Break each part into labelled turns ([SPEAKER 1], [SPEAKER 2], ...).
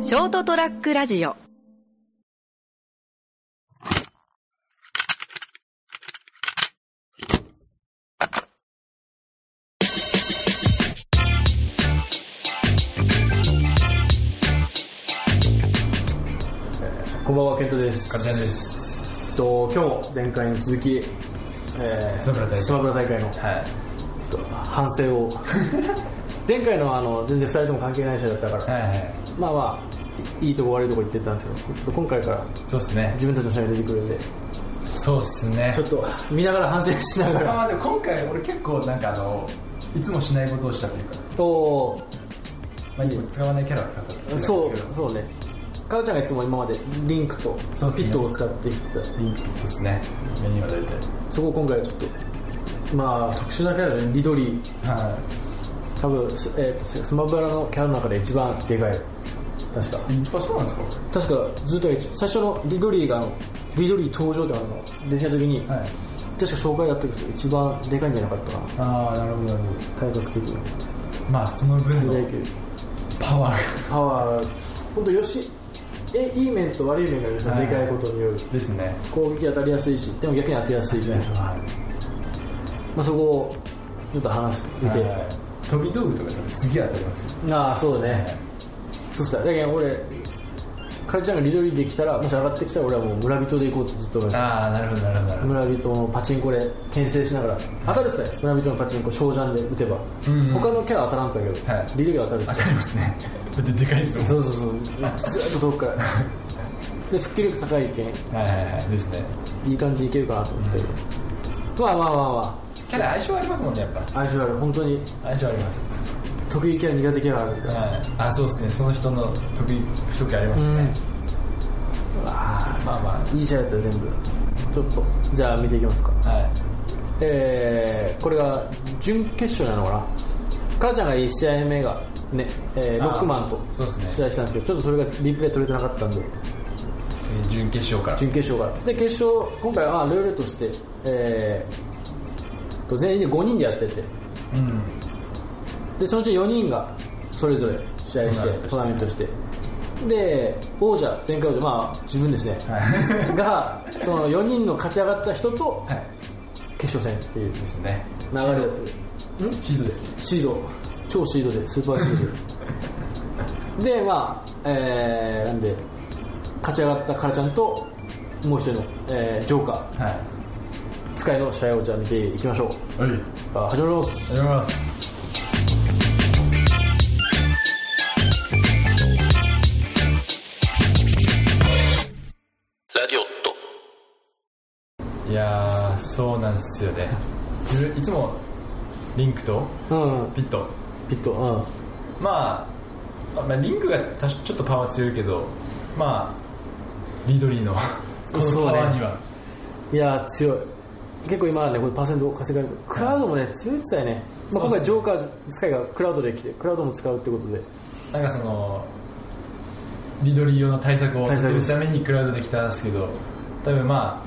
[SPEAKER 1] ショートトラックラジオ
[SPEAKER 2] こんばんは、ケントです。
[SPEAKER 3] カズヤです。
[SPEAKER 2] えっと、今日も前回の続き、えー
[SPEAKER 3] スマブラ大会
[SPEAKER 2] スマブラ大会の
[SPEAKER 3] はい。
[SPEAKER 2] ちょっと反省を。 前回のあの全然2人とも関係ない試合だったから、
[SPEAKER 3] はいはい。
[SPEAKER 2] まあまあ、いいいとこ悪いとこ言ってたんですけど、ちょっと今回から
[SPEAKER 3] そうっすね。
[SPEAKER 2] 自分たちの試合が出てくるんで、
[SPEAKER 3] そうっすね
[SPEAKER 2] ちょ。っと見ながら反省しなが
[SPEAKER 3] まあ
[SPEAKER 2] ら、
[SPEAKER 3] まあでも今回俺結構なんかあの、いつもしないことをしたというか、
[SPEAKER 2] おー
[SPEAKER 3] まあいつも使わないキャラを使ったとい
[SPEAKER 2] そうう、そうね。カラちゃんがいつも今までリンクとピ
[SPEAKER 3] そうっすね
[SPEAKER 2] ットを使ってきてた。
[SPEAKER 3] インプットですね。メニューは大体。
[SPEAKER 2] そこを今回はちょっと、まあ特殊なキャラで、リドリー、
[SPEAKER 3] は
[SPEAKER 2] 多分、すえーとスマブラのキャラの中で一番でかい確か
[SPEAKER 3] い。あ、そうなんですか
[SPEAKER 2] 確かずっと一最初のリドリーがあのリドリー登場ってあの電車の時に、
[SPEAKER 3] はい。
[SPEAKER 2] 確か紹介だったけど一番でかいんじゃなかったかな
[SPEAKER 3] ああ、なるほどなるほ
[SPEAKER 2] 体格的に
[SPEAKER 3] ど。まあその分
[SPEAKER 2] 最
[SPEAKER 3] の
[SPEAKER 2] 大級
[SPEAKER 3] パワー
[SPEAKER 2] パワー本当よしえいい面と悪い面があるんですよ
[SPEAKER 3] はい
[SPEAKER 2] でかいことによる
[SPEAKER 3] がですね。
[SPEAKER 2] 攻撃当たりやすいしでも逆に当てやすいみたいな、
[SPEAKER 3] は
[SPEAKER 2] まあ、そこをちょっと話してみて、
[SPEAKER 3] い。飛び道具とか多分すげえ当たりますよ。
[SPEAKER 2] ああそうだね、そうっすねだけど俺カルちゃんがリドリーできたらもし上がってきたら俺はもう村人で行こうってずっと思って
[SPEAKER 3] ああ、なるほどなるほどなるほど。
[SPEAKER 2] 村人のパチンコで牽制しながら当たるっすね村人のパチンコ小ジャンで打てば、
[SPEAKER 3] うんうん
[SPEAKER 2] 他のキャラ当たらんとだけど、
[SPEAKER 3] はい
[SPEAKER 2] リドリーは当たるっ
[SPEAKER 3] 当
[SPEAKER 2] す
[SPEAKER 3] たります ね。だってでかいっすもん。
[SPEAKER 2] そうそうそうずっと遠くからで復帰力高いけん
[SPEAKER 3] はいはいはい。ですね。
[SPEAKER 2] いい感じにいけるかなと思ってるまあまあまあま
[SPEAKER 3] キャラ相性ありますもんね、やっぱ。
[SPEAKER 2] あ相性ある本当に
[SPEAKER 3] 相性あります。
[SPEAKER 2] 得意キャラ苦手キャラあるから
[SPEAKER 3] はい、あそうですねその人の得意不得意ありますね、まあま
[SPEAKER 2] いい試合だったよ全部ちょっとじゃあ見ていきますか
[SPEAKER 3] あはい
[SPEAKER 2] えーこれが準決勝なのかなかなちゃんが1試合目が、ねえーロ
[SPEAKER 3] あー
[SPEAKER 2] ックマンと
[SPEAKER 3] そうですね
[SPEAKER 2] 試合したんですけどちょっとそれがリプレイ取れてなかったんで
[SPEAKER 3] えー準決勝から
[SPEAKER 2] 準決勝からで決勝今回はルールとして、えーと全員で5人でやってて
[SPEAKER 3] うん
[SPEAKER 2] でそのうち4人がそれぞれ試合してトー
[SPEAKER 3] トー
[SPEAKER 2] ナ
[SPEAKER 3] ナ
[SPEAKER 2] メ
[SPEAKER 3] メ
[SPEAKER 2] ン
[SPEAKER 3] ン
[SPEAKER 2] ト
[SPEAKER 3] ト
[SPEAKER 2] してで王者前回王者まあ自分ですね、
[SPEAKER 3] は
[SPEAKER 2] がその4人の勝ち上がった人と
[SPEAKER 3] い、 はい、
[SPEAKER 2] 決勝戦っていう
[SPEAKER 3] ですね
[SPEAKER 2] 流れだった
[SPEAKER 3] んシードです
[SPEAKER 2] シード超シードでスーパーシード ででまあえー、なんで勝ち上がったカラちゃんともう一人の、えージョーカー
[SPEAKER 3] はい
[SPEAKER 2] 使いの試合をじゃあ見ていきましょう
[SPEAKER 3] はい
[SPEAKER 2] あ始まります
[SPEAKER 3] ありがとうございます
[SPEAKER 4] ラディオット
[SPEAKER 3] いやーそうなんですよね自分いつもリンクと
[SPEAKER 2] うん
[SPEAKER 3] ピット
[SPEAKER 2] ピット
[SPEAKER 3] まあ、まあ、リンクが多少ちょっとパワー強いけどまあリド リーのこのパワーには、
[SPEAKER 2] うんいやー強い結構今はねこれパーセント稼がれるクラウドもね強いっつったよね、まあ、
[SPEAKER 3] そ
[SPEAKER 2] 今
[SPEAKER 3] うっすね
[SPEAKER 2] 回ジョーカー使いがクラウドで来てクラウドも使うってことで
[SPEAKER 3] なんかそのリドリー用の対策を
[SPEAKER 2] 対
[SPEAKER 3] す
[SPEAKER 2] 策で
[SPEAKER 3] る
[SPEAKER 2] す
[SPEAKER 3] ためにクラウドできたんですけど多分ま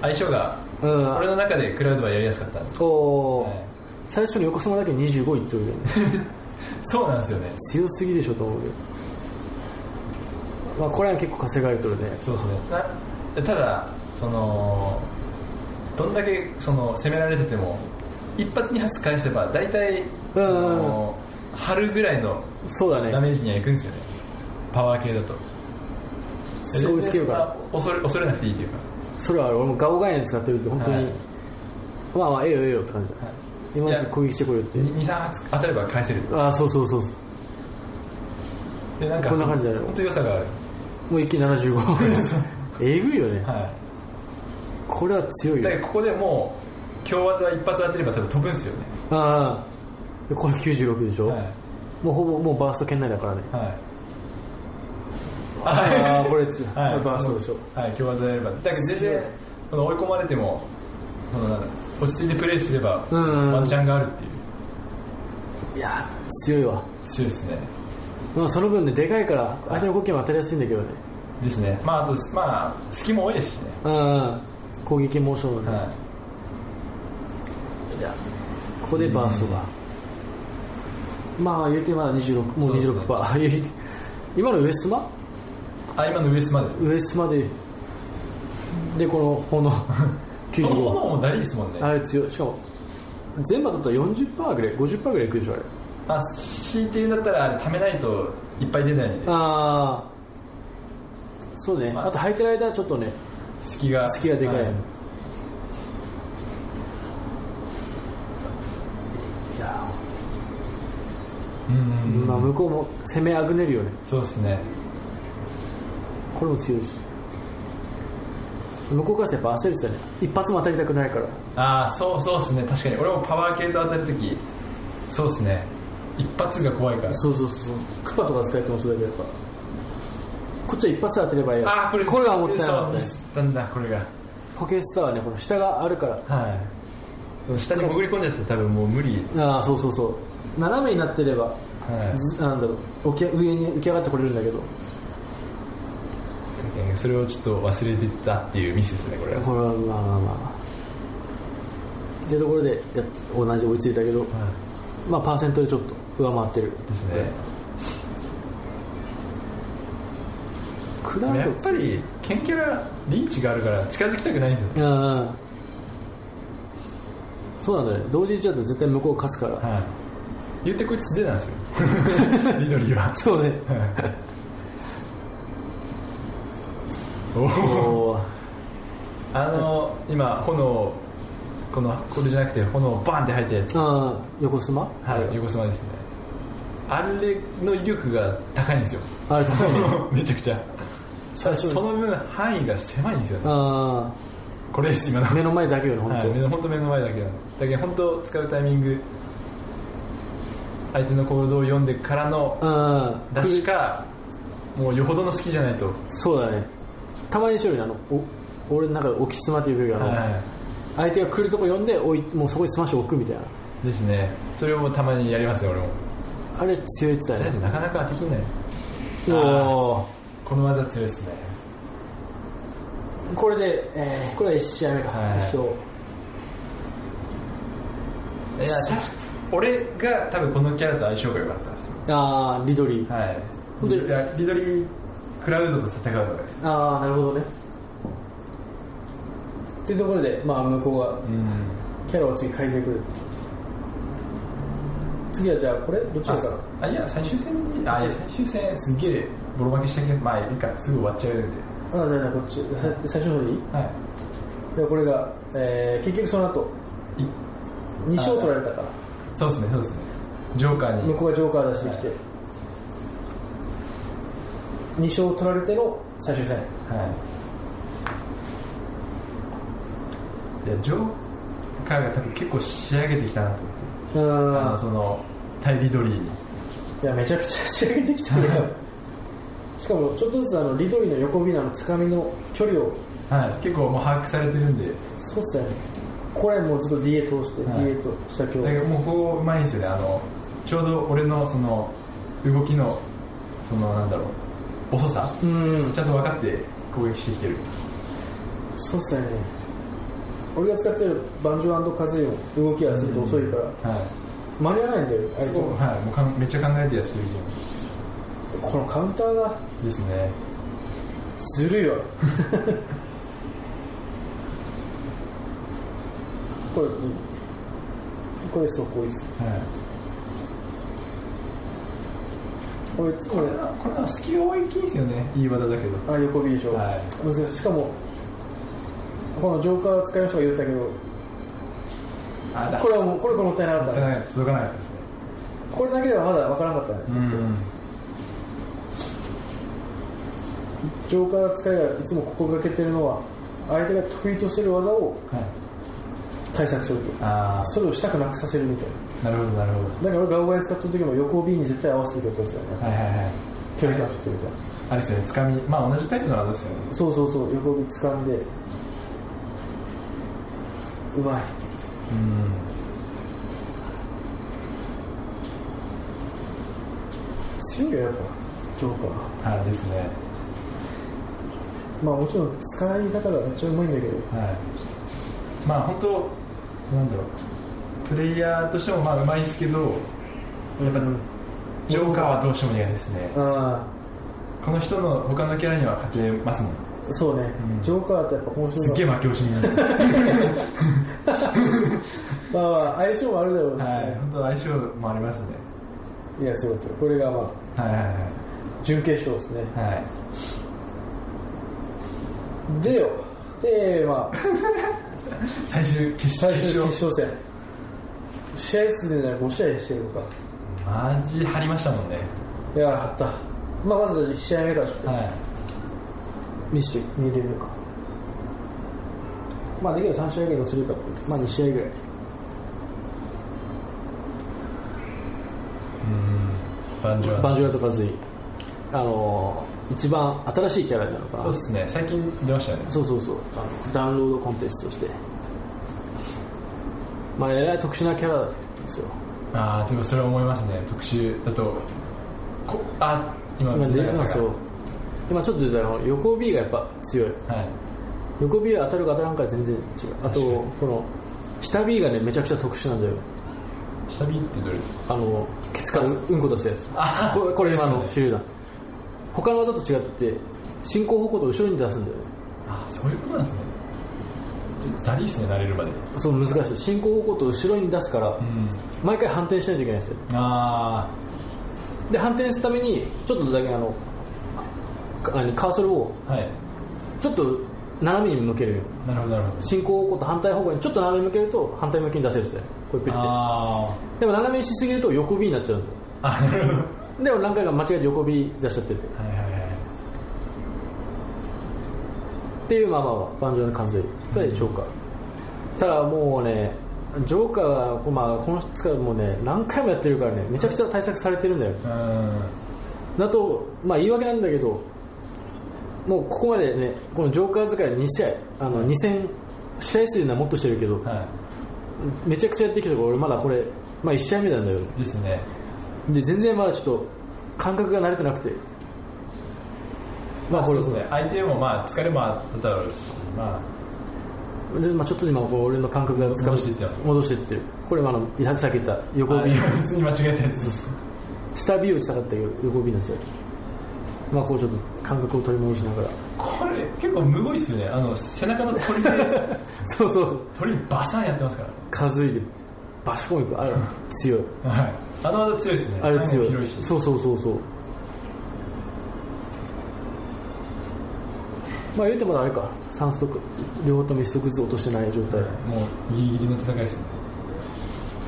[SPEAKER 3] あ相性が
[SPEAKER 2] うん
[SPEAKER 3] 俺の中でクラウドはやりやすかったんで
[SPEAKER 2] おおー、
[SPEAKER 3] はい
[SPEAKER 2] 最初の横浜だけ25いっとるよね
[SPEAKER 3] そうなんですよね
[SPEAKER 2] 強すぎでしょと思うけど、まあ、これは結構稼がれてるね
[SPEAKER 3] そうですねなただそのどんだけその攻められてても一発二発返せば大体その春ぐらいの
[SPEAKER 2] そうだね
[SPEAKER 3] ダメージにはいくんですよねパワー系だと
[SPEAKER 2] そう追いつけるから
[SPEAKER 3] 全然そんな恐れ恐れなくていいというか
[SPEAKER 2] それはある俺もガオガエン使ってるって本当に、
[SPEAKER 3] はい
[SPEAKER 2] まあまあええよええよって感じだ、
[SPEAKER 3] はい
[SPEAKER 2] 今のうち攻撃してこいよって
[SPEAKER 3] 23発当たれば返せる
[SPEAKER 2] ああそうそう そうそう
[SPEAKER 3] でなんか
[SPEAKER 2] こんな感じだよ
[SPEAKER 3] 本当良さがある
[SPEAKER 2] もう一気に75えぐいよね
[SPEAKER 3] は
[SPEAKER 2] これは強
[SPEAKER 3] い
[SPEAKER 2] い
[SPEAKER 3] だ
[SPEAKER 2] よ
[SPEAKER 3] からここでもう強技一発当てれば多分飛ぶんですよね
[SPEAKER 2] ああこれ96でしょ、
[SPEAKER 3] はい
[SPEAKER 2] もうほぼもうバースト圏内だからね
[SPEAKER 3] はい
[SPEAKER 2] ああこれ、
[SPEAKER 3] はい
[SPEAKER 2] バーストでしょ
[SPEAKER 3] はい強技やればだから全然この追い込まれてもこのなんだ落ち着いてプレイすれば
[SPEAKER 2] うんうんうん
[SPEAKER 3] ワンチャンがあるっていう
[SPEAKER 2] いやー強いわ、
[SPEAKER 3] 強いですね
[SPEAKER 2] まあ、その分ねでかいから相手の動きも当たりやすいんだけどね
[SPEAKER 3] ですねまああとまあ隙も多いですしね
[SPEAKER 2] うん攻撃モーションのね、
[SPEAKER 3] はい
[SPEAKER 2] やここでバーストが、まあ言うてまだ26もう
[SPEAKER 3] そうですね
[SPEAKER 2] 26パー、言うて 今の上島
[SPEAKER 3] あ今の上スマです
[SPEAKER 2] 上島ででこの 炎
[SPEAKER 3] この
[SPEAKER 2] 95
[SPEAKER 3] 炎も大事ですもんね
[SPEAKER 2] あれ強いしかも全部だったら40%ぐらい50%ぐらいいくでしょあれ
[SPEAKER 3] あ強いて言うんだったらあれ貯めないといっぱい出ないんで
[SPEAKER 2] ああそうね
[SPEAKER 3] まあ
[SPEAKER 2] あと履いてる間はちょっとね
[SPEAKER 3] 隙が
[SPEAKER 2] 隙がでかい、
[SPEAKER 3] はい
[SPEAKER 2] い、や
[SPEAKER 3] う
[SPEAKER 2] ー、
[SPEAKER 3] ん
[SPEAKER 2] まあ、向こうも攻めあぐねるよね
[SPEAKER 3] そうですね
[SPEAKER 2] これも強いし向こうからしたらやっぱ焦るってたね一発も当たりたくないから
[SPEAKER 3] ああそうそうですね確かに俺もパワー系と当たるときそうですね一発が怖いから
[SPEAKER 2] そうそうそうそうクパとか使えてもそうだけどやっぱこっちは一発当てればいい
[SPEAKER 3] ああこれ
[SPEAKER 2] これはもったいなかったね
[SPEAKER 3] そうミスったんだこれが
[SPEAKER 2] ポケスターはねこの下があるから
[SPEAKER 3] はい下に潜り込んじゃって多分もう無理、
[SPEAKER 2] ああそうそうそう斜めになってれば
[SPEAKER 3] は
[SPEAKER 2] ずなんだろう起き上に浮き上がってこれるんだけど
[SPEAKER 3] い、それをちょっと忘れてたっていうミスですねこれは
[SPEAKER 2] これはまあまあまあってところでや同じ追いついたけど、
[SPEAKER 3] は
[SPEAKER 2] まあパーセントでちょっと上回ってる
[SPEAKER 3] いですね
[SPEAKER 2] ク
[SPEAKER 3] で
[SPEAKER 2] ラ
[SPEAKER 3] も
[SPEAKER 2] ウ
[SPEAKER 3] や
[SPEAKER 2] ド
[SPEAKER 3] っぱりケンキャラリーチがあるから近づきたくないんですよ、
[SPEAKER 2] うんうんそうなんだよね同時に行っちゃうと絶対向こう勝つから、
[SPEAKER 3] はい、言ってこいつ素手なん ですよ緑は
[SPEAKER 2] そうね
[SPEAKER 3] おお
[SPEAKER 2] おー
[SPEAKER 3] あの今炎このこれじゃなくて炎をバンって入って
[SPEAKER 2] あー横スマ
[SPEAKER 3] はい、横須賀ですねあれの威力が高いんですよ
[SPEAKER 2] あれ高いね
[SPEAKER 3] めちゃくちゃ
[SPEAKER 2] 最初
[SPEAKER 3] その分範囲が狭いんですよね
[SPEAKER 2] あ
[SPEAKER 3] これです今の
[SPEAKER 2] ー目の前だけよね本
[SPEAKER 3] は
[SPEAKER 2] 当
[SPEAKER 3] い目の本当目の前だけなんですだけど本当使うタイミング相手の行動を読んでからの
[SPEAKER 2] うん
[SPEAKER 3] 出しかもうよほどの好きじゃないと
[SPEAKER 2] そうだねたまにしよるねあのお俺の中で置きスマっていうよりあの、
[SPEAKER 3] は
[SPEAKER 2] 相手が来るとこ呼んでおいもうそこにスマッシュ置くみたいな
[SPEAKER 3] はいですねそれをもうたまにやりますね俺も
[SPEAKER 2] あれ強いって
[SPEAKER 3] じ
[SPEAKER 2] た
[SPEAKER 3] ゃ
[SPEAKER 2] よ
[SPEAKER 3] ないと
[SPEAKER 2] ね
[SPEAKER 3] なかなかできない
[SPEAKER 2] お
[SPEAKER 3] あ
[SPEAKER 2] お
[SPEAKER 3] ーこの技強いですね
[SPEAKER 2] ーこれで、えーこれは1試合目か、
[SPEAKER 3] はい
[SPEAKER 2] 一緒
[SPEAKER 3] いや確か俺が多分このキャラと相性が良かったです
[SPEAKER 2] ああリドリー
[SPEAKER 3] はい。
[SPEAKER 2] で
[SPEAKER 3] いやリドリークラウドと戦うとかです。
[SPEAKER 2] ああなるほどねというところで、まあ、向こうが
[SPEAKER 3] うん。
[SPEAKER 2] キャラを次変えてくる次はじゃあこれどっちですか
[SPEAKER 3] あ、いや、最終戦に、あ、いや、最終戦すっげえボロ負けしたけど、まあ、いいか、すぐ終わっちゃうんで。
[SPEAKER 2] ああじゃあじゃあこっちさ最初の方でいい
[SPEAKER 3] は
[SPEAKER 2] でこれが、えー結局その後
[SPEAKER 3] い。い
[SPEAKER 2] 2勝取られたから
[SPEAKER 3] そうですね、そうですね。ジョーカーに。
[SPEAKER 2] 向こうがジョーカー出してきて、
[SPEAKER 3] は
[SPEAKER 2] 2勝取られての最終戦
[SPEAKER 3] はい。いや、ジョーカーが多分結構仕上げてきたなと思って。
[SPEAKER 2] う
[SPEAKER 3] あの、
[SPEAKER 2] ん
[SPEAKER 3] その、対リドリーに。
[SPEAKER 2] いやめちゃくちゃ仕上げてきたねしかもちょっとずつあのリドリーの横ビナのつかみの距離を
[SPEAKER 3] はい。結構もう把握されてるんで。
[SPEAKER 2] そうっすよねこれもうずっと DA 通して、
[SPEAKER 3] はい
[SPEAKER 2] DA とした今
[SPEAKER 3] だけ
[SPEAKER 2] 日
[SPEAKER 3] どもうここうまいんですよねあのちょうど俺のその動きのそのなんだろう遅さ
[SPEAKER 2] うん
[SPEAKER 3] ちゃんと分かって攻撃してきてる
[SPEAKER 2] そうっすよね俺が使ってるバンジョーカズイの動きはすると遅いから、
[SPEAKER 3] は
[SPEAKER 2] 間に合わないんだよ
[SPEAKER 3] い
[SPEAKER 2] あれ
[SPEAKER 3] そこ
[SPEAKER 2] と
[SPEAKER 3] はいもうかんめっちゃ考えてやってる
[SPEAKER 2] このカウンターが
[SPEAKER 3] じゃんですね
[SPEAKER 2] ずるいわ これいいこれそうこいつ
[SPEAKER 3] はい
[SPEAKER 2] これつこ
[SPEAKER 3] こ
[SPEAKER 2] れ
[SPEAKER 3] れはこれは隙が多いきですよねいい技だけど
[SPEAKER 2] あ横ビでしょ、
[SPEAKER 3] はい
[SPEAKER 2] 難しいしかもこのジョーカー使いの人が言ったけど
[SPEAKER 3] あ
[SPEAKER 2] これはもうこれもったいなかっ
[SPEAKER 3] 届
[SPEAKER 2] た
[SPEAKER 3] か
[SPEAKER 2] ね
[SPEAKER 3] ない届かなかったですね
[SPEAKER 2] これだけではまだ分からなかったね
[SPEAKER 3] ん
[SPEAKER 2] ジョーカー使いがいつも心がけてるのは相手が得意とする技を
[SPEAKER 3] はい
[SPEAKER 2] 対策すると
[SPEAKER 3] あ
[SPEAKER 2] それをしたくなくさせるみたいな
[SPEAKER 3] あなるほどなるほど
[SPEAKER 2] だから俺ガオガイ使った時も横 B に絶対合わせていくってことですよね、
[SPEAKER 3] はいはいはい
[SPEAKER 2] 距離感取ってみたいな
[SPEAKER 3] あれですよねつかみまあ同じタイプの技ですよね
[SPEAKER 2] そうそうそう横に掴んでうまい
[SPEAKER 3] うん
[SPEAKER 2] 強いよやっぱジョーカーは
[SPEAKER 3] はいですね
[SPEAKER 2] まあもちろん使い方がめっちゃうまいんだけど
[SPEAKER 3] はい、まあ本当なんだろうプレイヤーとしてもまあうまいですけどやっぱ
[SPEAKER 2] うん
[SPEAKER 3] ジョーカーはどうしても苦いですね
[SPEAKER 2] ああ
[SPEAKER 3] この人の他のキャラには勝てますもん
[SPEAKER 2] そうね、
[SPEAKER 3] うん
[SPEAKER 2] ジョーカーってやっぱ本
[SPEAKER 3] すっ
[SPEAKER 2] 性
[SPEAKER 3] げえ
[SPEAKER 2] が、
[SPEAKER 3] 負け惜しみなんですよ
[SPEAKER 2] まあまあ、相性もあるだろうし、
[SPEAKER 3] はい本当相性もありますね
[SPEAKER 2] い、やそうそうこれがまあ
[SPEAKER 3] はいはいはい
[SPEAKER 2] 準決勝ですね、
[SPEAKER 3] はい
[SPEAKER 2] でよで まあ
[SPEAKER 3] 最終決
[SPEAKER 2] 最
[SPEAKER 3] 勝
[SPEAKER 2] 初の決勝戦試合数でね5試合してるのか
[SPEAKER 3] マジ張りましたもんね
[SPEAKER 2] いや張った、まあ、まず1試合目からちょっと
[SPEAKER 3] は
[SPEAKER 2] 見せて見れるかまあできれば3試合ぐらいするかまあ2試合ぐらい
[SPEAKER 3] いうん盤上
[SPEAKER 2] バンジョヤとカズイあのー一番新しいキャラになるから
[SPEAKER 3] そうですね最近出ましたよね
[SPEAKER 2] そうそうそうあのダウンロードコンテンツとしてまあえらい特殊なキャラですよ
[SPEAKER 3] ああでもそれは思いますね特集だとこあ今
[SPEAKER 2] 今
[SPEAKER 3] 出
[SPEAKER 2] 出
[SPEAKER 3] なか
[SPEAKER 2] ま
[SPEAKER 3] ったか
[SPEAKER 2] そう今ちょっと出たの横 B がやっぱ強い
[SPEAKER 3] はい
[SPEAKER 2] 横 B は当たるか当たらんかで全然違うあと
[SPEAKER 3] 確かに
[SPEAKER 2] この下 B がねめちゃくちゃ特殊なんだよ
[SPEAKER 3] 下火ってどれ
[SPEAKER 2] あのケツからうんこ出したや
[SPEAKER 3] あ
[SPEAKER 2] つこれこれ今の
[SPEAKER 3] です
[SPEAKER 2] 手榴弾他の技と違って進行方向と後ろに出すんだよね
[SPEAKER 3] あそういうことなんですねちょっとだりいっすね慣れるまでうん
[SPEAKER 2] そう難しい進行方向と後ろに出すから毎回反転しないといけないんですよ
[SPEAKER 3] あ
[SPEAKER 2] で反転するためにちょっとだけあのか何カーソルを
[SPEAKER 3] あはい
[SPEAKER 2] ちょっと斜めに向けるよ
[SPEAKER 3] なるほどなるほど
[SPEAKER 2] 進行方向と反対方向にちょっと斜めに向けると反対向きに出せるんですねこれピッて
[SPEAKER 3] あ
[SPEAKER 2] でも斜めにしすぎると横 B になっちゃうんだよ
[SPEAKER 3] ーあなるほど
[SPEAKER 2] でも何回か間違えて横 B 出しちゃってて
[SPEAKER 3] はいはいはい
[SPEAKER 2] っていうまあまあまあ盤上の完成とジョーカー、ただもうねジョーカーは、まあ、この使うもうね何回もやってるからねめちゃくちゃ対策されてるんだよ
[SPEAKER 3] うん
[SPEAKER 2] だとまあ言い訳なんだけどもうここまでねこのジョーカー使い2試合あの2戦試合数ではもっとしてるけど、
[SPEAKER 3] は
[SPEAKER 2] めちゃくちゃやってきたから俺まだこれ、まあ、1試合目なんだよ
[SPEAKER 3] いですね
[SPEAKER 2] で全然まだちょっと感覚が慣れてなくてまあこれ
[SPEAKER 3] そうですね相手もまあ疲れもあっただろうしま
[SPEAKER 2] でまあ、ちょっと今こう俺の感覚がつかめ
[SPEAKER 3] 戻していってます
[SPEAKER 2] 戻していってるこれはあのさっき言った
[SPEAKER 3] あ
[SPEAKER 2] 横
[SPEAKER 3] あ
[SPEAKER 2] ビ
[SPEAKER 3] 今普通に間違えたやつ
[SPEAKER 2] 下ビを打ちたかったけど横ビなんですよまあこうちょっと感覚を取り戻しながら
[SPEAKER 3] これ結構むごいっすよねあの背中の 鳥で
[SPEAKER 2] そうそう
[SPEAKER 3] 鳥バサンやってますから
[SPEAKER 2] 数いでバシコンいくあれ強い
[SPEAKER 3] はい、あの技強いですね。
[SPEAKER 2] あれ強
[SPEAKER 3] 範囲も
[SPEAKER 2] い
[SPEAKER 3] 広いし。
[SPEAKER 2] そうそうそうそうまあ言うてもあれか3ストック両方とも1ストックずつ落としてない状態
[SPEAKER 3] もうギリギリの戦いですね。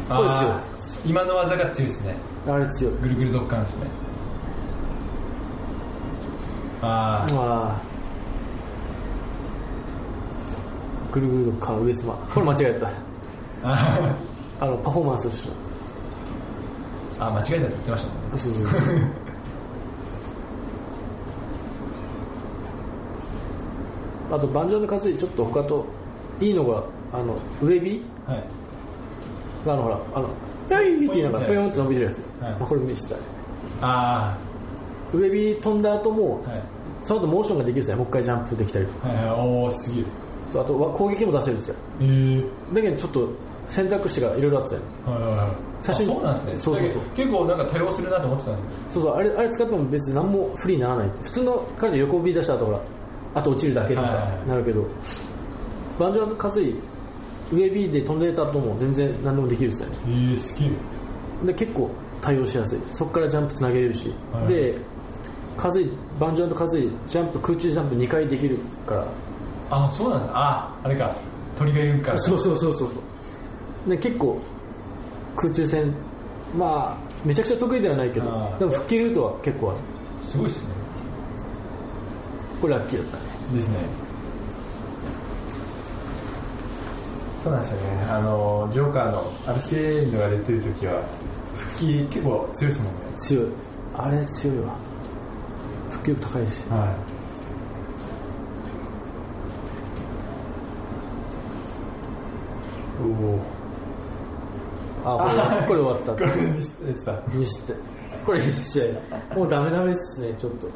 [SPEAKER 2] これ強い
[SPEAKER 3] あー今の技が強いですね。
[SPEAKER 2] あれ強い
[SPEAKER 3] ぐるぐるドッカンですね。あ
[SPEAKER 2] まあぐるぐるのか上様これ間違えた
[SPEAKER 3] ーあ
[SPEAKER 2] あのパフォーマンスをしよ
[SPEAKER 3] ー、あ間違えたって言ってましたもんね。
[SPEAKER 2] うそうそうそうあと盤上の担いちょっと他といいのがあの上火
[SPEAKER 3] はい。
[SPEAKER 2] あのほらあの「やい!」って言いながら
[SPEAKER 3] ポ
[SPEAKER 2] ポ
[SPEAKER 3] ヨ
[SPEAKER 2] ヨン
[SPEAKER 3] ンっ
[SPEAKER 2] ってて伸びてるやつ、
[SPEAKER 3] はい
[SPEAKER 2] まあ、これ見せたい
[SPEAKER 3] あ
[SPEAKER 2] 上火飛んだ後も、
[SPEAKER 3] あ、はい。
[SPEAKER 2] その後モーションができるんですねもう一回ジャンプできたりとか
[SPEAKER 3] はいはい、おお、すげえ。
[SPEAKER 2] そうあとは攻撃も出せるんですよ
[SPEAKER 3] えー、
[SPEAKER 2] だけどちょっと選択肢がいろいろあったよね
[SPEAKER 3] はいはいはい。
[SPEAKER 2] 最初に
[SPEAKER 3] あそうなんですね。
[SPEAKER 2] そうそうそう
[SPEAKER 3] 結構なんか多用するなと思ってたんですよ
[SPEAKER 2] そうそうあれあれ使っても別に何も不利にならない普通の彼の横を見出した後ほらあと落ちるだけとか
[SPEAKER 3] はいはいはい
[SPEAKER 2] なるけど、バンジョーの担い上 B で飛んでた後も全然何でもできるんですよね
[SPEAKER 3] えー、すげえ。
[SPEAKER 2] で結構対応しやすいそこからジャンプつなげれるし、
[SPEAKER 3] はい
[SPEAKER 2] でカズイバンジョーとカズイジャンプ空中ジャンプ2回できるから
[SPEAKER 3] あ、そうなんです。あ、あれか。鳥がいるから。
[SPEAKER 2] そうそうそうそうそうで結構空中戦まあめちゃくちゃ得意ではないけど
[SPEAKER 3] あー
[SPEAKER 2] でも復帰ルートは結構ある
[SPEAKER 3] すごいですね。
[SPEAKER 2] これラッキーだったね
[SPEAKER 3] ですねそうなんですよねあのジョーカーのアルセーヌが出てる時は復帰結構強いですもんね
[SPEAKER 2] 強いあれ強いわ復帰力高いし
[SPEAKER 3] は
[SPEAKER 2] あこれこれ終わっ
[SPEAKER 3] いおおこ
[SPEAKER 2] た
[SPEAKER 3] れ見せてた
[SPEAKER 2] ミスってこれ一試合もうダメダメですねちょっと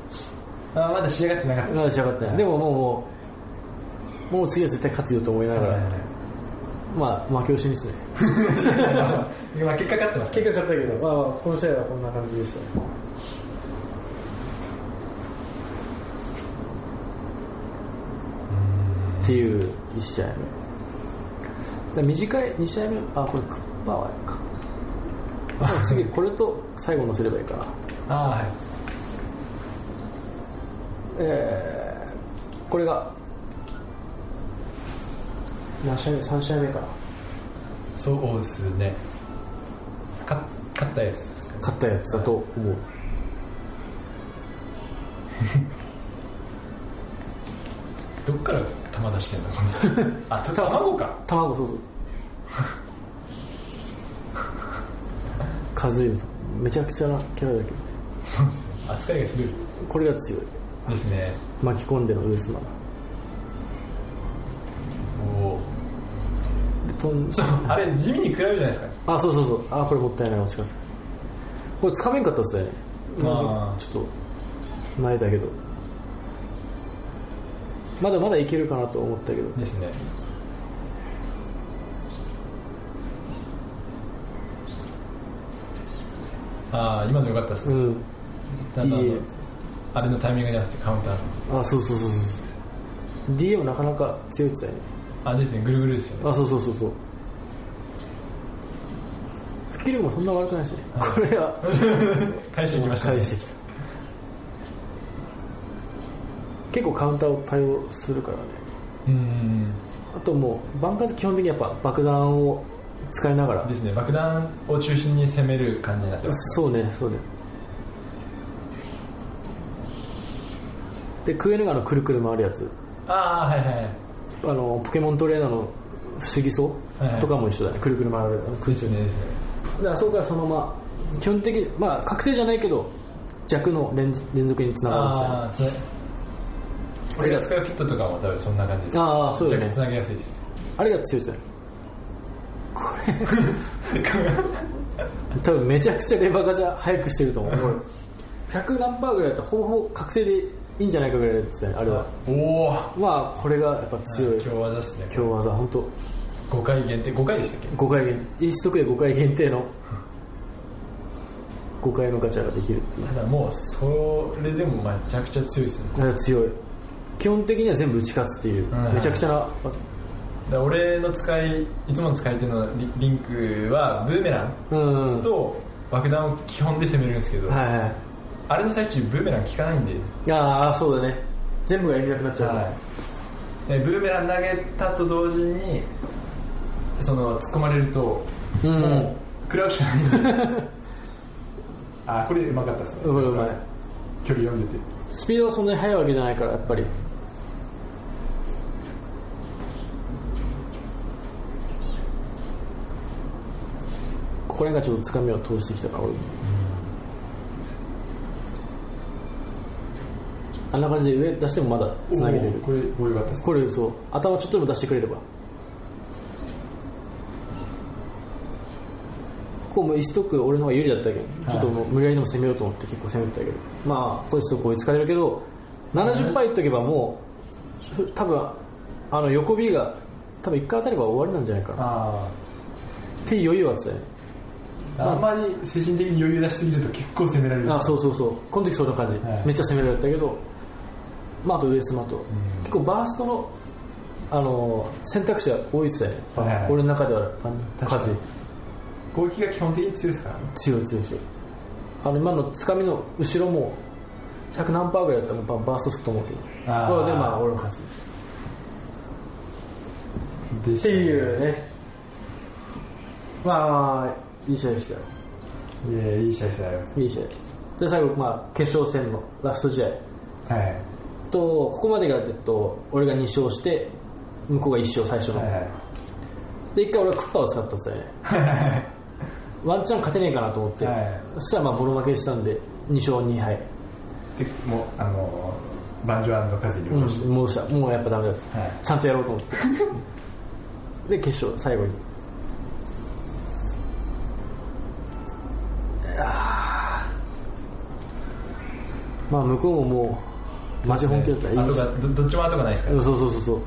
[SPEAKER 3] あまだ仕上がってなかった
[SPEAKER 2] まだ仕上がったねでももうもうもう次は絶対勝つよと思いながら、まあ負け惜しみですね
[SPEAKER 3] 今結果勝ってます
[SPEAKER 2] 結果勝ったけど、まあ、この試合はこんな感じでしたねっていう1試合目じゃあ短い2試合目あこれクッパはあれ かあでも次これと最後載せればいいかな
[SPEAKER 3] ああはい
[SPEAKER 2] えーこれが何試合目3試合目かな
[SPEAKER 3] そうですねか勝ったやつ
[SPEAKER 2] 勝ったやつだと思う
[SPEAKER 3] どっから球出してんだこ の人あた卵か
[SPEAKER 2] 卵 そうそうカズーさんめちゃくちゃなキャラだけど
[SPEAKER 3] そうですね扱いが古い
[SPEAKER 2] これが強い
[SPEAKER 3] ですね
[SPEAKER 2] 巻き込んでの上様
[SPEAKER 3] おお
[SPEAKER 2] でとん
[SPEAKER 3] そう あれ地味に食らうじゃないですか
[SPEAKER 2] あそうそうそうあこれもったいない落ち方これつかめんかったっすね
[SPEAKER 3] あー
[SPEAKER 2] ちょっと泣いたけどまだまだいけるかなと思ったけど
[SPEAKER 3] ですねああ今の良かったです
[SPEAKER 2] う
[SPEAKER 3] ね、
[SPEAKER 2] ん
[SPEAKER 3] だんだん
[SPEAKER 2] DA
[SPEAKER 3] あれのタイミングに合わせてカウンター
[SPEAKER 2] あそうそうそうそうそう DM なかなか強いっつだよね
[SPEAKER 3] あですねぐるぐるですよね
[SPEAKER 2] あそうそうそうそうスキルもそんな悪くないしねこれは
[SPEAKER 3] 返してきましたね
[SPEAKER 2] 返してきた結構カウンターを対応するからね
[SPEAKER 3] うんうん
[SPEAKER 2] あともうバンカーって基本的にやっぱ爆弾を使いなが
[SPEAKER 3] うん
[SPEAKER 2] ら
[SPEAKER 3] ですね爆弾を中心に攻める感じになってます
[SPEAKER 2] そうねそうねでクエヌガのくるくる回るやつ
[SPEAKER 3] ああはいはいはい
[SPEAKER 2] あのポケモントレーナーの不思議そ
[SPEAKER 3] はいは
[SPEAKER 2] う
[SPEAKER 3] い
[SPEAKER 2] とかも一緒だねくるくる回るやつ
[SPEAKER 3] ですねですね
[SPEAKER 2] であそこからそのまま基本的にまあ確定じゃないけど弱の連連続につながるんですよね
[SPEAKER 3] ああそれ俺が使うフィットとかも多分そんな感じです
[SPEAKER 2] あーそうだね
[SPEAKER 3] じゃつなげやすいです
[SPEAKER 2] あれが強いですねこれ多分めちゃくちゃレバガチャ早くしてると思う100何パーぐらいだとほぼほぼ確定でいいんじゃないかぐらいですねあれは
[SPEAKER 3] おお
[SPEAKER 2] まあこれがやっぱ強い
[SPEAKER 3] 今日はですね
[SPEAKER 2] 今日技本当
[SPEAKER 3] 5回限定5回でしたっけ
[SPEAKER 2] 5回限定一足で5回限定の5回のガチャができるっていう
[SPEAKER 3] ただもうそれでもめちゃくちゃ強いですね
[SPEAKER 2] あれは強い基本的には全部打ち勝つっていう
[SPEAKER 3] うん
[SPEAKER 2] めちゃくちゃな
[SPEAKER 3] だから俺の使いいつもの使い手のリリンクはブーメラ
[SPEAKER 2] う
[SPEAKER 3] ン
[SPEAKER 2] んはい
[SPEAKER 3] と爆弾を基本で攻めるんですけど、
[SPEAKER 2] は
[SPEAKER 3] あれの最中ブーメラン効かないんで、
[SPEAKER 2] いああそうだね全部がやりなくなっちゃう、
[SPEAKER 3] い、でブーメラン投げたと同時にその突っ込まれると、
[SPEAKER 2] うん
[SPEAKER 3] もう食らうしかないん であこれうまかったですね
[SPEAKER 2] これうまい
[SPEAKER 3] 距離読んでて
[SPEAKER 2] スピードはそんなに速いわけじゃないからやっぱりここら辺がちょっとつかみを通してきたから俺もあんな感じで上出してもまだつなげてる
[SPEAKER 3] おーこれこれよかったです
[SPEAKER 2] これそう頭ちょっとでも出してくれればこうもう一足俺の方が有利だったけど、ちょっともう無理やりでも攻めようと思って結構攻めてたけどまあこれ一足追いつかれるけど70杯いっとけばもうふ多分あの横 B が多分1回当たれば終わりなんじゃないかなっ
[SPEAKER 3] あ
[SPEAKER 2] ていう余裕はあってたよね
[SPEAKER 3] ああんまり精神的に余裕出しすぎると結構攻められる
[SPEAKER 2] あそうそうそうこの時そんな感じ、
[SPEAKER 3] はい
[SPEAKER 2] めっちゃ攻められたけど、まあ、あと上スマと、結構バーストのあのー選択肢は多いですよね、
[SPEAKER 3] はいはい
[SPEAKER 2] 俺の中ではあの
[SPEAKER 3] 確かに
[SPEAKER 2] 数
[SPEAKER 3] 攻撃が基本的に強いですからね
[SPEAKER 2] 強い強い強いあの今のつかみの後ろも100何パーぐらいだったらもうバーストすると思うけど
[SPEAKER 3] あー
[SPEAKER 2] これでまあ俺の勝ち
[SPEAKER 3] で
[SPEAKER 2] っていうねまあいい試合でしたよ
[SPEAKER 3] いやいい試合でしたよ
[SPEAKER 2] いい試合で最後、まあ、決勝戦のラスト試合
[SPEAKER 3] はい
[SPEAKER 2] とここまでが、えっと、俺が2勝して向こうが1勝最初の、
[SPEAKER 3] はい
[SPEAKER 2] で一回俺はクッパを使ったんですよねワンチャン勝てねえかなと思って、
[SPEAKER 3] はい
[SPEAKER 2] そしたらまあボロ負けしたんで2勝2敗、
[SPEAKER 3] でもうあのバンジョカズに
[SPEAKER 2] うん、
[SPEAKER 3] 戻して、
[SPEAKER 2] もうしたもうやっぱダメだった、
[SPEAKER 3] はい
[SPEAKER 2] ちゃんとやろうと思ってで決勝最後にいやーまあ向こうももうマジ本気だったらいい
[SPEAKER 3] 後がどどっちも後がないですから、
[SPEAKER 2] うんそうそうそうそう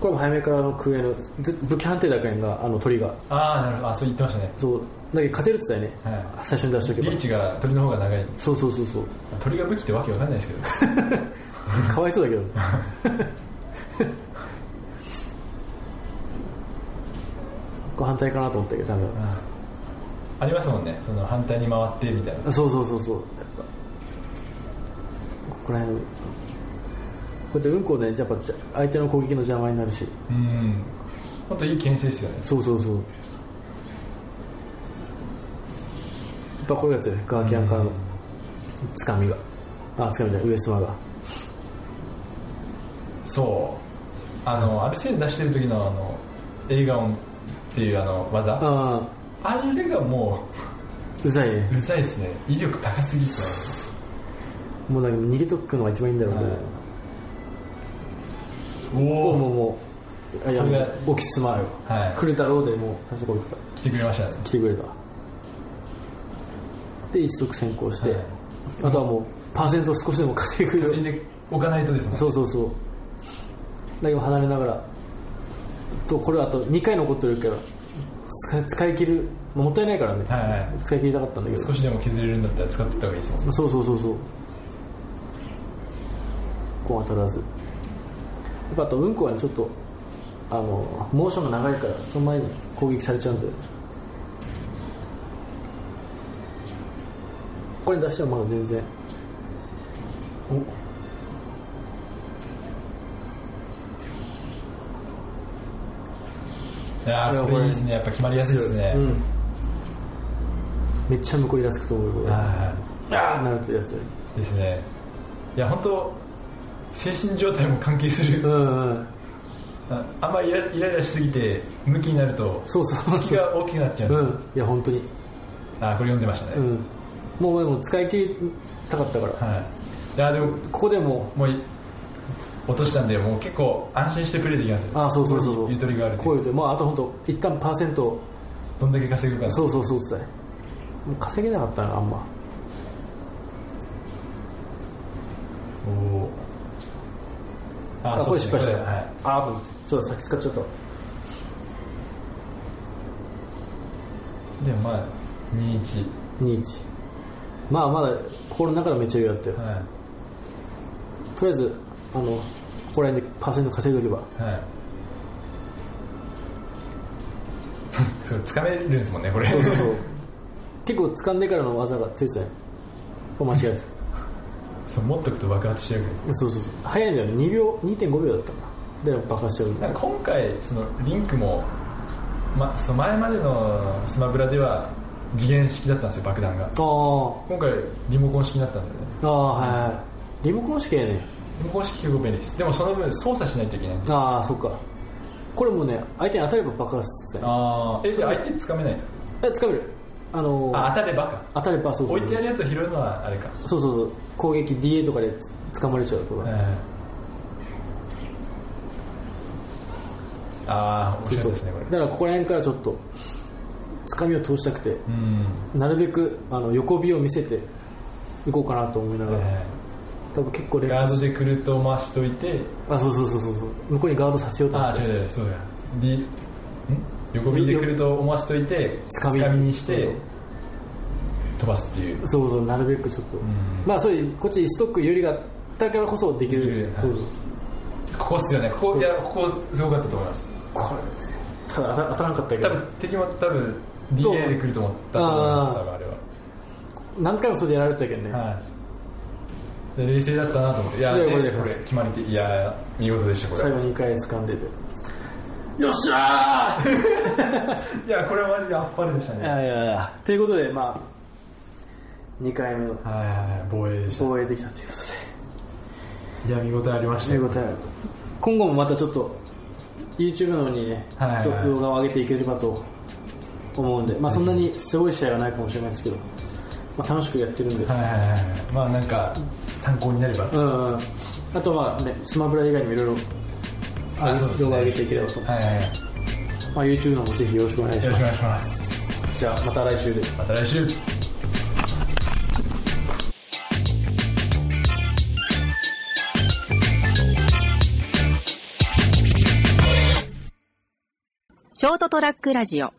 [SPEAKER 2] これも早めからの空へのず武器判定だけがあの鳥が
[SPEAKER 3] ああなるほどあそう言ってましたね
[SPEAKER 2] そうだけど勝てるって言ったよね、
[SPEAKER 3] は
[SPEAKER 2] 最初に出しとけ
[SPEAKER 3] リ
[SPEAKER 2] ば
[SPEAKER 3] ーチが鳥の方が長い
[SPEAKER 2] そうそうそうそう
[SPEAKER 3] 鳥が武器ってわけわかんないですけど
[SPEAKER 2] かわいそうだけどね これ反対かなと思ったけどダメだった
[SPEAKER 3] あありますもんねその反対に回ってみたいな
[SPEAKER 2] そうそうそうそうやっぱここら辺こうやってうんこねやっぱじゃ相手の攻撃の邪魔になるし
[SPEAKER 3] うん本当いい牽制ですよね
[SPEAKER 2] そうそうそうやっぱこれが強いガーキャンからのつかみがあつかみじゃない上様が
[SPEAKER 3] そうあのアルセーヌ出してる時のあの映画音っていうあの技あ
[SPEAKER 2] ああ
[SPEAKER 3] れがも
[SPEAKER 2] うざいね
[SPEAKER 3] ううるさいですね威力高すぎて
[SPEAKER 2] もうだけど逃げとくのが一番いいんだろうね、
[SPEAKER 3] お
[SPEAKER 2] もうもう
[SPEAKER 3] お
[SPEAKER 2] もうあいや
[SPEAKER 3] これ
[SPEAKER 2] も
[SPEAKER 3] が
[SPEAKER 2] う起きすまうよ
[SPEAKER 3] は
[SPEAKER 2] 来るだろうでもうあそこ行くた
[SPEAKER 3] い来てくれましたね
[SPEAKER 2] 来てくれたで一得先行して、
[SPEAKER 3] はい
[SPEAKER 2] あとはもうパーセント少しでも稼いでく
[SPEAKER 3] 稼い
[SPEAKER 2] る
[SPEAKER 3] でおかないとですね
[SPEAKER 2] そうそうそうだけど離れながらとこれあと2回残ってるから使い使い切るまあもったいないからね、
[SPEAKER 3] はいはい
[SPEAKER 2] 使い切りたかったんだけど
[SPEAKER 3] 少しでも削れるんだったら使ってった方がいいですもん
[SPEAKER 2] そうそうそうそうこう当たらずやっぱあとうんこはねちょっとあのモーションが長いからその前に攻撃されちゃうんでこれに出してはまだ全然
[SPEAKER 3] いやーこれいいですねやっぱ決まりやすいですね、
[SPEAKER 2] うん、めっちゃ向こうイラつくと思うこれあ
[SPEAKER 3] は
[SPEAKER 2] あなるってやつ
[SPEAKER 3] いですねいや本当精神状態も関係す
[SPEAKER 2] う
[SPEAKER 3] る
[SPEAKER 2] んうん
[SPEAKER 3] ああんまりイライライラしすぎて向きになると
[SPEAKER 2] そうそう
[SPEAKER 3] 気
[SPEAKER 2] そう
[SPEAKER 3] が大きくなっちゃう、
[SPEAKER 2] うんいや本当に
[SPEAKER 3] あーこれ読んでましたね、
[SPEAKER 2] うんもうでも使い切りたかったから
[SPEAKER 3] はいいやーでも
[SPEAKER 2] ここでも
[SPEAKER 3] もうい落としたんでもう結構安心してプレイできますよ
[SPEAKER 2] うああそうそうそうそ
[SPEAKER 3] こ
[SPEAKER 2] う
[SPEAKER 3] こにゆとりがある
[SPEAKER 2] こういうとまああと本当一旦パーセント
[SPEAKER 3] どんだけ稼ぐか
[SPEAKER 2] そうそうそうっつったねもう稼げなかったなあんま
[SPEAKER 3] おおあ
[SPEAKER 2] あ
[SPEAKER 3] ー
[SPEAKER 2] これ失敗した
[SPEAKER 3] そうですねこれはい
[SPEAKER 2] ああそうだ先使っちゃった
[SPEAKER 3] でもまあ21
[SPEAKER 2] 21まあまだ心の中ではめっちゃ余裕だったよ
[SPEAKER 3] は
[SPEAKER 2] とりあえずあのここら辺でパーセント稼いでおけば
[SPEAKER 3] いはい それ掴めるんですもんねこれ
[SPEAKER 2] そうそう そう結構掴んでからの技が強いですねこれ間違え
[SPEAKER 3] そう持っとくと爆発しちゃうけど
[SPEAKER 2] たそうそうそう早いんだよね2秒2.5秒だったかなで爆発しちゃうんだ
[SPEAKER 3] なんか今回そのリンクも、ま、その前までのスマブラでは次元式だったんですよ爆弾が
[SPEAKER 2] あー
[SPEAKER 3] 今回リモコン式になったんですよね
[SPEAKER 2] あーはいはいリモコン式やね
[SPEAKER 3] リモコン式結構便利ですでもその分操作しないといけないんであ
[SPEAKER 2] ああそっかこれもね相手に当たれば爆発するね
[SPEAKER 3] あーえじゃあ相手掴めないんですか
[SPEAKER 2] え掴めるあのー
[SPEAKER 3] あ当たればか
[SPEAKER 2] 当たればそうそう
[SPEAKER 3] 置い
[SPEAKER 2] そう
[SPEAKER 3] てあるやつを拾うのはあれか
[SPEAKER 2] そうそうそう攻撃 DA とかで捕まれちゃうこれは、
[SPEAKER 3] ああ面白いですねこれ
[SPEAKER 2] だからここら辺からちょっと掴みを通したくて
[SPEAKER 3] うん
[SPEAKER 2] なるべくあの横火を見せていこうかなと思いながら、
[SPEAKER 3] え
[SPEAKER 2] 多分結構
[SPEAKER 3] ー
[SPEAKER 2] 連
[SPEAKER 3] ガー
[SPEAKER 2] 発
[SPEAKER 3] ドでクルトを回しといて
[SPEAKER 2] あそうそうそうそうそう向こうにガードさせようと思
[SPEAKER 3] あ
[SPEAKER 2] っ
[SPEAKER 3] あ
[SPEAKER 2] て
[SPEAKER 3] 違う違うそうだ D ん横ビでクルトを回しといて
[SPEAKER 2] 掴み
[SPEAKER 3] 掴みにして飛ばすっていう
[SPEAKER 2] そうそうなるべくちょっと、
[SPEAKER 3] ん
[SPEAKER 2] まあそういうこっちにストックよりがあったからこそできる
[SPEAKER 3] できるはい
[SPEAKER 2] そうそう
[SPEAKER 3] ここっすよねここいやここすごかったと思います
[SPEAKER 2] これただ当た当たらなかったけ
[SPEAKER 3] 多分
[SPEAKER 2] ど
[SPEAKER 3] 敵も多分 DA で来ると思ったと思います
[SPEAKER 2] あー
[SPEAKER 3] 多分あれは
[SPEAKER 2] 何回もそれでやられてたけどね、
[SPEAKER 3] はいで冷静だったなと思っていや
[SPEAKER 2] いや
[SPEAKER 3] ね
[SPEAKER 2] これで
[SPEAKER 3] これ決まり手いや見事でしたこ
[SPEAKER 2] 最
[SPEAKER 3] れ
[SPEAKER 2] 後2回掴んでて
[SPEAKER 3] よっしゃー いやこれはマジであっぱれでした
[SPEAKER 2] い
[SPEAKER 3] ねはい
[SPEAKER 2] やいやいやということでまあ2回目の
[SPEAKER 3] はいはい防衛でした
[SPEAKER 2] 防衛できたということ
[SPEAKER 3] いや見応えありまし
[SPEAKER 2] で
[SPEAKER 3] た
[SPEAKER 2] 見
[SPEAKER 3] よ
[SPEAKER 2] 応えある今後もまたちょっと YouTube の方にね、
[SPEAKER 3] はいはい
[SPEAKER 2] ちょっと動画を上げていければと思うんで、まあ、そんなにすごい試合はないかもしれないですけど、まあ、楽しくやってるんで、
[SPEAKER 3] はいはいはいはいまあなんか参考になれば
[SPEAKER 2] うんうん、あとまあ、ね、スマブラ以外にもいろいろあ
[SPEAKER 3] そうですね
[SPEAKER 2] 動画上げていければと、
[SPEAKER 3] はいはいはいよ
[SPEAKER 2] まあ、YouTube の方もぜひよろしくお願いし
[SPEAKER 3] ろ
[SPEAKER 2] ま
[SPEAKER 3] し
[SPEAKER 2] す
[SPEAKER 3] くお願いします
[SPEAKER 2] じゃあまた来週で
[SPEAKER 3] また来週
[SPEAKER 1] ショートトラックラジオ